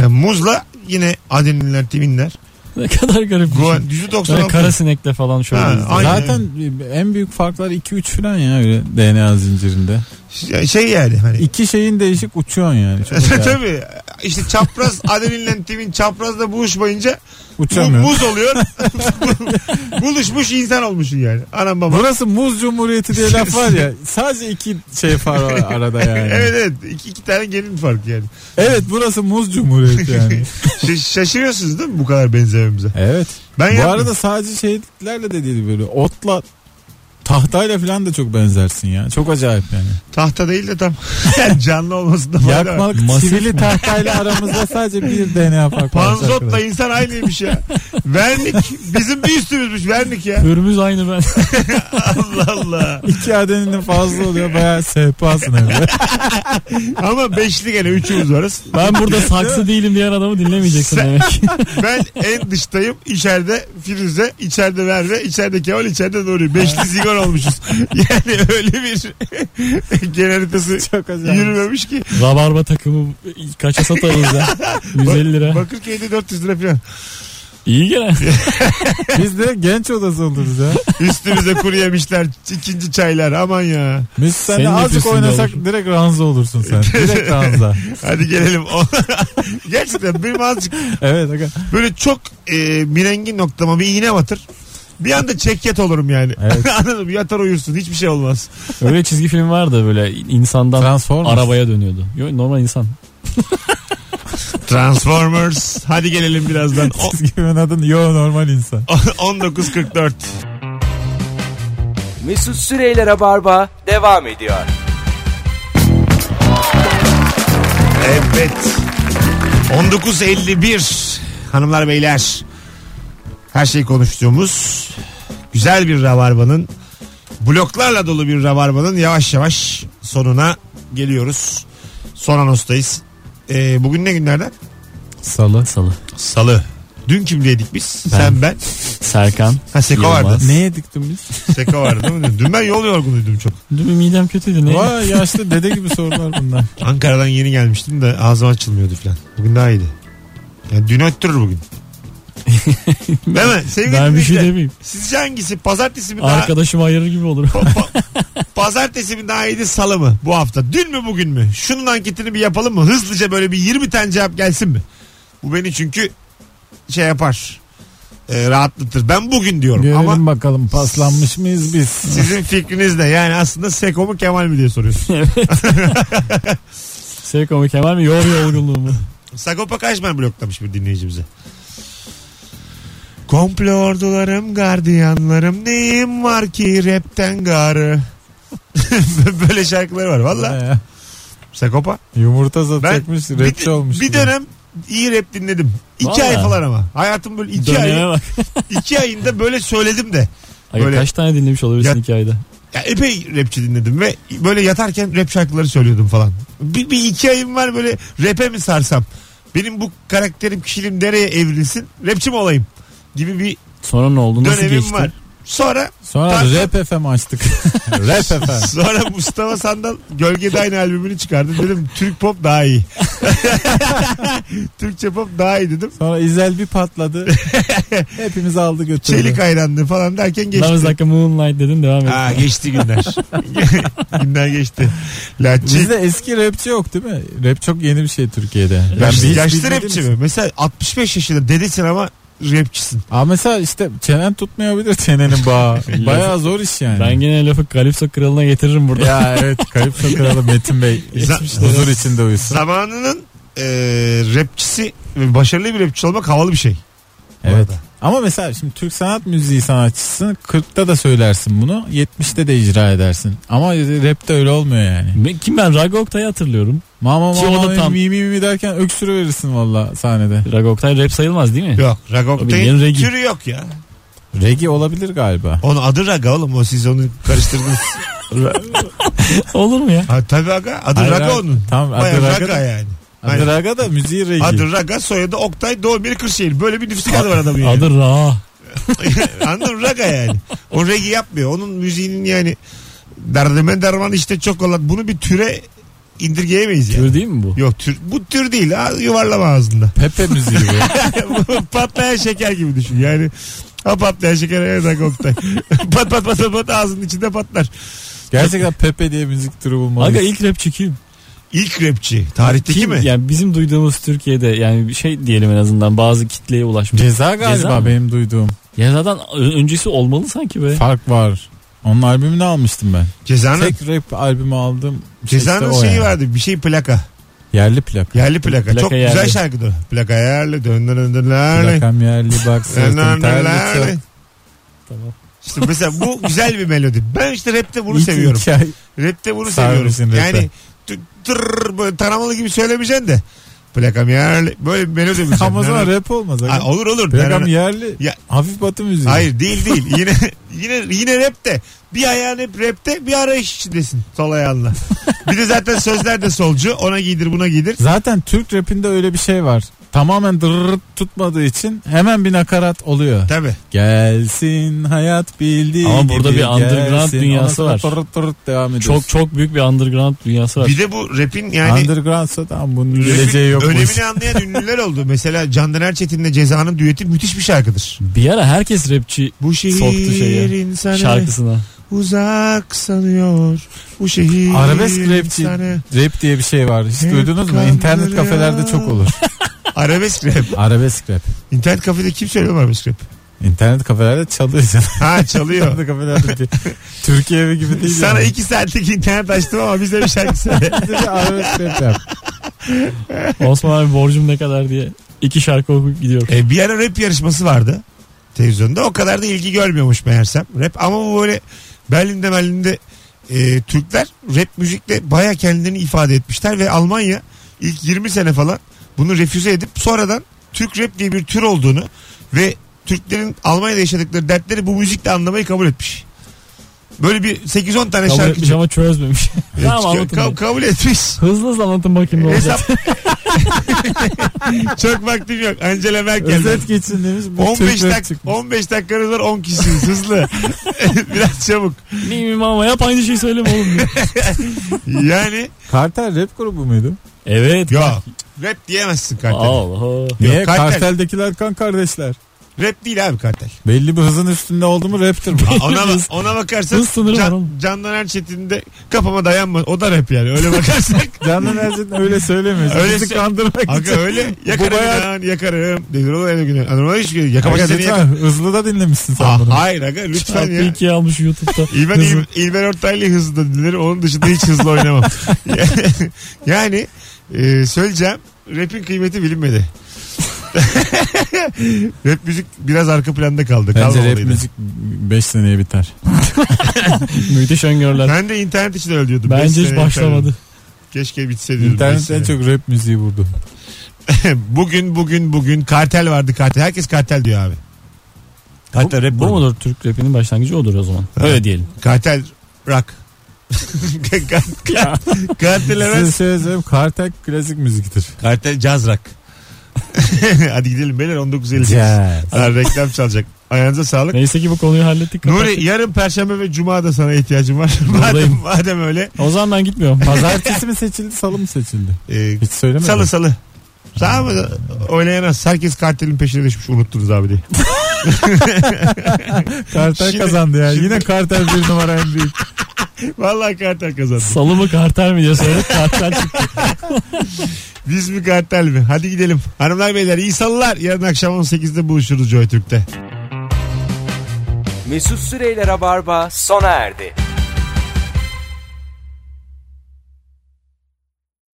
Yani muzla yine adeninler, timinler.
Ne kadar garip bir şey.
Guan-
Böyle kara
%96.
sinekle falan şöyle.
Ha,
izliyor.
aynen.
Zaten en büyük farklar 2-3 falan ya öyle DNA zincirinde.
Şey yani hani.
İki şeyin değişik uçuyorsun yani. Çok acayip.
Tabii. İşte çapraz adeninle timin çaprazla buluşmayınca bu,
Uçamıyorsun.
muz oluyor. Buluşmuş insan olmuşsun yani. Anam babam.
Burası muz cumhuriyeti diye laf var ya. Sadece iki şey var arada yani.
Evet
evet.
evet. İki, iki tane gelin farkı yani.
burası muz cumhuriyeti yani.
Ş- şaşırıyorsunuz değil mi bu kadar benzememize?
evet.
Ben
Bu
yaptım.
arada sadece şeylerle de değil böyle otla Tahtayla falan da çok benzersin ya. Çok acayip yani.
Tahta değil de tam canlı olmasında fayda var.
Yakmalık
Masif
sivili
mi?
tahtayla aramızda sadece bir DNA fark var.
Panzotla insan aynıymış ya. Vernik bizim bir üstümüzmüş vernik ya.
Hürmüz aynı ben.
Allah Allah.
İki adenin fazla oluyor bayağı sehpasın evde.
Ama beşli gene üçümüz varız.
Ben burada saksı değilim diyen adamı dinlemeyeceksin
Sen-
demek.
Ben en dıştayım. İçeride Firuze, içeride Merve, içeride Kemal, içeride Nuri. Beşli sigara olmuşuz. Yani öyle bir genel haritası
Çok acayip.
yürümemiş ki.
Rabarba takımı kaça satarız ya? 150 lira.
Bakırköy'de 400 lira falan.
İyi gene.
Biz de genç odası oluruz ya.
Üstümüze kuru yemişler, ikinci çaylar aman ya.
Biz seninle
Senin
azıcık
nefesinde
oynasak
olur.
direkt ranza olursun sen. Direkt ranza.
Hadi gelelim. Gerçekten benim azıcık
Evet. aga.
böyle çok e, mirengi noktama bir iğne batır. Bir anda çekyet olurum yani.
Evet.
Anladım yatar uyursun hiçbir şey olmaz.
Öyle çizgi film vardı böyle insandan
Transformers.
arabaya dönüyordu. Yo, normal insan.
Transformers. Hadi gelelim birazdan. O-
Çizgimin adını yo normal insan.
19.44.
Mesut Süreyler'e barba devam ediyor.
Evet. 19.51. Hanımlar beyler. Her şey konuştuğumuz güzel bir rabarbanın bloklarla dolu bir rabarbanın yavaş yavaş sonuna geliyoruz. Son anostayız. Ee, bugün ne günlerden?
Salı. Salı.
Salı. Dün kimdeydik biz?
Ben.
Sen ben.
Serkan.
Ha Seko
Yılmaz.
vardı.
Ne yedik dün biz?
Seko vardı değil mi? Dün ben yol yorgunuydum çok.
Dün bir midem kötüydü. Ne?
Vay yaşlı dede gibi sorular bunlar.
Ankara'dan yeni gelmiştim de ağzım açılmıyordu falan. Bugün daha iyiydi. Yani dün öttürür bugün. Değil mi? Sevgili
Ben bir şey
dinleyiciler,
demeyeyim.
Sizce hangisi? Pazartesi mi daha...
Arkadaşım ayırır gibi olur.
Pa- pa- Pazartesi mi daha iyiydi salı mı bu hafta? Dün mü bugün mü? Şunun anketini bir yapalım mı? Hızlıca böyle bir 20 tane cevap gelsin mi? Bu beni çünkü şey yapar. E, rahatlatır. Ben bugün diyorum
Görelim
ama
bakalım paslanmış mıyız biz?
sizin fikriniz ne? Yani aslında Seko mu Kemal mi diye soruyorsun.
Sevko mu Kemal mi? Yor yorgunluğumu.
Sagopa Kajmer bloklamış bir dinleyicimize. Komplo ordularım, gardiyanlarım neyim var ki rapten garı. Böyle şarkıları var valla.
Ya,
Sagopa.
Yumurta
Ben
satacakmış
bir,
rapçi olmuş.
bir dönem iyi rap dinledim. İki
Valla.
ay falan ama. Hayatım böyle iki, ay,
Döneme bak.
iki ayında böyle söyledim de.
Aga,
Böyle-
Kaç tane dinlemiş
Ya-
olabilirsin hikayede?
Ya epey rapçi dinledim ve böyle yatarken rap şarkıları söylüyordum falan. Bir, bir iki ayım var böyle rap'e mi sarsam? Benim bu karakterim kişiliğim nereye evrilsin? Rapçi mi olayım? Gibi bir
Sonra ne oldu? Nasıl
dönemim
geçti?
var. Sonra
Sonra
Tarzan-
rap FM açtık.
Hani
rap FM.
sonra Mustafa Sandal Gölgede Aynı albümünü çıkardı. Dedim Türk pop daha iyi. Türkçe pop daha iyi dedim.
Sonra İzel bir patladı. Hepimiz aldı götürdü.
Çelik hayranlığı falan derken geçti.
Damız dakika Moonlight dedin devam et.
Ha geçti günler. günler geçti. Laçi.
Bizde eski rapçi yok değil mi? Rap çok yeni bir şey Türkiye'de.
Ben
hiç
yaşlı
bilmediğim
rapçi
için-
mi? Mesela 65 yaşında dedesin ama rapçisin.
Aa mesela işte çenen tutmayabilir çenenin bağı. Bayağı zor iş yani.
Ben gene lafı Kalipso kralına getiririm burada.
Ya evet kayıp kralı Metin Bey
Geçmişler
huzur içinde uyusun.
Zamanının e, rapçisi ve başarılı bir rapçi olmak havalı bir şey. Bu
Evet.
arada.
Ama mesela şimdi Türk sanat müziği sanatçısın 40'ta da söylersin bunu 70'te de icra edersin. Ama rapte öyle olmuyor yani.
Ben- Kim ben? Rago Oktay'ı hatırlıyorum.
Mama
Ki o da
mama
tam-
mi mi mi derken öksürü verirsin valla sahnede.
Rago Oktay rap sayılmaz değil mi?
Yok. Ragok'tayın
Bildiğin reggae.
türü yok ya.
Regi olabilir galiba.
Onun adı Raga oğlum. O siz onu karıştırdınız.
Olur mu ya?
ha, tabii Aga. Adı
Hayır,
Raga
hayır.
onun.
Tamam
Bayağı
adı
Raga,
Raga. da-
yani. Aynen.
Adı Raga da müziği Regi.
Adı Raga soyadı Oktay Doğum biri Kırşehir. Böyle bir nüfus kadı var adamın yani.
Adı Ra.
Anladın mı? Raga yani. O regi yapmıyor. Onun müziğinin yani derdime derman işte çokolat. Bunu bir türe indirgeyemeyiz yani.
Tür değil mi bu?
Yok tür, bu tür değil. Ha, yuvarlama ağzında.
Pepe müziği bu.
Bu patlayan şeker gibi düşün. Yani ha patlayan şeker evet Raga Oktay. pat pat pat pat, pat ağzının içinde patlar.
Gerçekten Pepe diye müzik türü bulmalıyız.
Aga ilk rapçi kim?
İlk rapçi. Tarihteki
Kim?
mi?
Yani bizim duyduğumuz Türkiye'de yani bir şey diyelim en azından bazı kitleye ulaşmış.
Ceza galiba
Ceza mı?
benim duyduğum.
Ya zaten ö- öncesi olmalı sanki
Şey-
be.
Fark var. Onun albümünü almıştım ben.
Cezanın,
Tek rap albümü aldım.
cezanın
İşte o
şeyi
yani.
vardı. Bir şey plaka.
Yerli plak.
Yerli plaka.
Plaka
Çok
yerli.
güzel şarkıdır. Plaka yerli. Döndüründürlerle.
Plakam yerli bak sırtım terli çok.
Döndüründürlerle.
Tamam.
İşte mesela bu güzel bir melodi. Ben işte rapte bunu
İlk
seviyorum.
iki ay-
Rapte bunu
Sağ
seviyorum.
olasın rapte.
Yani tü- tır böyle taramalı gibi söylemeyeceksin de. Plakam yerli. Böyle bir melodi mi?
Ama o zaman rap olmaz. aga.
olur olur.
Plakam
Yani-
yerli.
Ya-
Hafif batı müziği.
Hayır değil değil. Yine yine yine rapte. Bir ayağın hep rapte, bir arayış içindesin sol ayağınla. Bir de zaten sözler de solcu. Ona giydir, buna giydir.
Zaten Türk rapinde öyle bir şey var. Tamamen dırırırt tutmadığı için hemen bir nakarat oluyor.
Tabii.
Gelsin hayat bildiği
Ama burada
gibi
bir underground
gelsin.
dünyası
Ondan
var.
sonra tırırt tırırt devam ediyor.
Çok çok büyük bir underground dünyası var.
Bir de bu rapin yani
Underground'sa tamam bunun
rapin
geleceği yok. bu işin.
önemini anlayan ünlüler oldu. Mesela Candan Çetin'le Ceza'nın düeti müthiş bir şarkıdır.
Bir ara herkes rapçi
Bu şehir
Soktu şeyi.
insanı
şarkısına.
uzak sanıyor. Bu şehir
Arabesk rapçi.
insanı-
Rap diye bir şey var. Hiç
Hep
duydunuz mu?
kandırıyor.
İnternet kafelerde çok olur.
Arabesk rap.
Arabesk rap.
İnternet kafede kim söylüyor arabesk rap?
İnternet kafelerde çalıyor canım.
Ha çalıyor.
İnternet kafelerde bir- Türkiye evi gibi değil.
Sana
yani.
iki saatlik internet açtım ama bize bir şarkı söyle.
Bir arabesk rap yap.
Osman abi borcum ne kadar diye iki şarkı okuyup gidiyor.
E, bir ara rap yarışması vardı televizyonda. O kadar da ilgi görmüyormuş meğersem rap. Ama bu böyle Berlin'de Berlin'de e, Türkler rap müzikle baya kendilerini ifade etmişler. Ve Almanya ilk 20 sene falan bunu refüze edip sonradan Türk rap diye bir tür olduğunu ve Türklerin Almanya'da yaşadıkları dertleri bu müzikle anlamayı kabul etmiş. Böyle bir 8-10 tane
Kabul etmiş
şarkıcı
ama çözmemiş. tamam
Ka-
anlatın.
ka-
bak.
kabul etmiş.
Hızlı hızlı anlatın bakayım ne olacak.
Hesap. Çok vaktim yok. Angela Merkel.
Özet geçin demiş. bu Türk
15
rap
dak
çıkmış.
15 dakikanız var 10 kişisiniz hızlı. Biraz çabuk.
Mimim ama yap aynı şeyi söyleme oğlum. diye.
Yani
Kartel rap grubu muydu?
evet.
ya rap diyemezsin kartel.
Allah.
Niye?
Yok, kartel.
Karteldekiler kan kardeşler.
Rap değil abi kartel.
Belli bir hızın üstünde oldu mu raptir bu.
Ona ba- ona bakarsan
Hız sınırı var
Can,
oğlum.
Candan Erçetin de kafama dayanma. O da rap yani. Öyle bakarsak.
Canan Erçetin öyle söylemiyor.
Öyle
Bizi
sö-
kandırmak
Aga
için.
öyle
Bu
yakarım
bayağı-
lan yakarım. Dedir oğlum öyle günü. Anlamadım hiç günü. Yakamak
Aga
seni
lütfen
yakar.
hızlı da dinlemişsin sen
Aa,
bunu.
Hayır aga lütfen
Çarpı
ya.
ikiye almış YouTube'da.
İlber,
Hızlı.
İl, İlber Ortaylı hızlı da dinlerim. Onun dışında hiç hızlı oynamam. yani e, söyleyeceğim. Rap'in kıymeti bilinmedi. rap müzik biraz arka planda kaldı.
Bence rap
kalmamalıydı.
müzik 5 seneye biter.
Müthiş öngörüler.
Ben de internet için öyle diyordum. Beş
Bence
sene
hiç
internet.
başlamadı.
Keşke bitse diyordum.
İnternet
Beş
en
sene.
çok rap müziği vurdu.
bugün bugün bugün kartel vardı kartel. Herkes kartel diyor abi. Hatta
bu,
rap
bu
grubu.
mudur Türk rapinin başlangıcı odur o zaman.
E, Evet.
Öyle diyelim.
Kartel rock. kartel evet.
Size şöyle söyleyeyim kartel şey klasik müziktir.
Kartel caz rock. Hadi gidelim beyler 19.50.
Jazz.
Ha, reklam çalacak. Ayağınıza sağlık.
Neyse ki bu konuyu hallettik.
Nuri yarın perşembe ve cuma da sana ihtiyacım var. madem,
Buradayım.
madem öyle.
O zaman ben gitmiyorum.
Pazartesi mi seçildi salı mı seçildi?
e,
Hiç söylemedim.
salı salı. Sağ mı? Oynayamaz. Herkes kartelin peşine düşmüş. Unuttunuz abi diye.
Kartel
Şimdi-
kazandı ya.
şimdi-
Yine kartel bir numara en büyük.
Vallahi kartel kazandı.
Salı mı kartel mi diye söyle. Kartel çıktı.
Biz mi kartel mi? Hadi gidelim. Hanımlar beyler iyi salılar. Yarın akşam 18'de buluşuruz JoyTürk'te.
Mesut Süreyler'e barba sona erdi.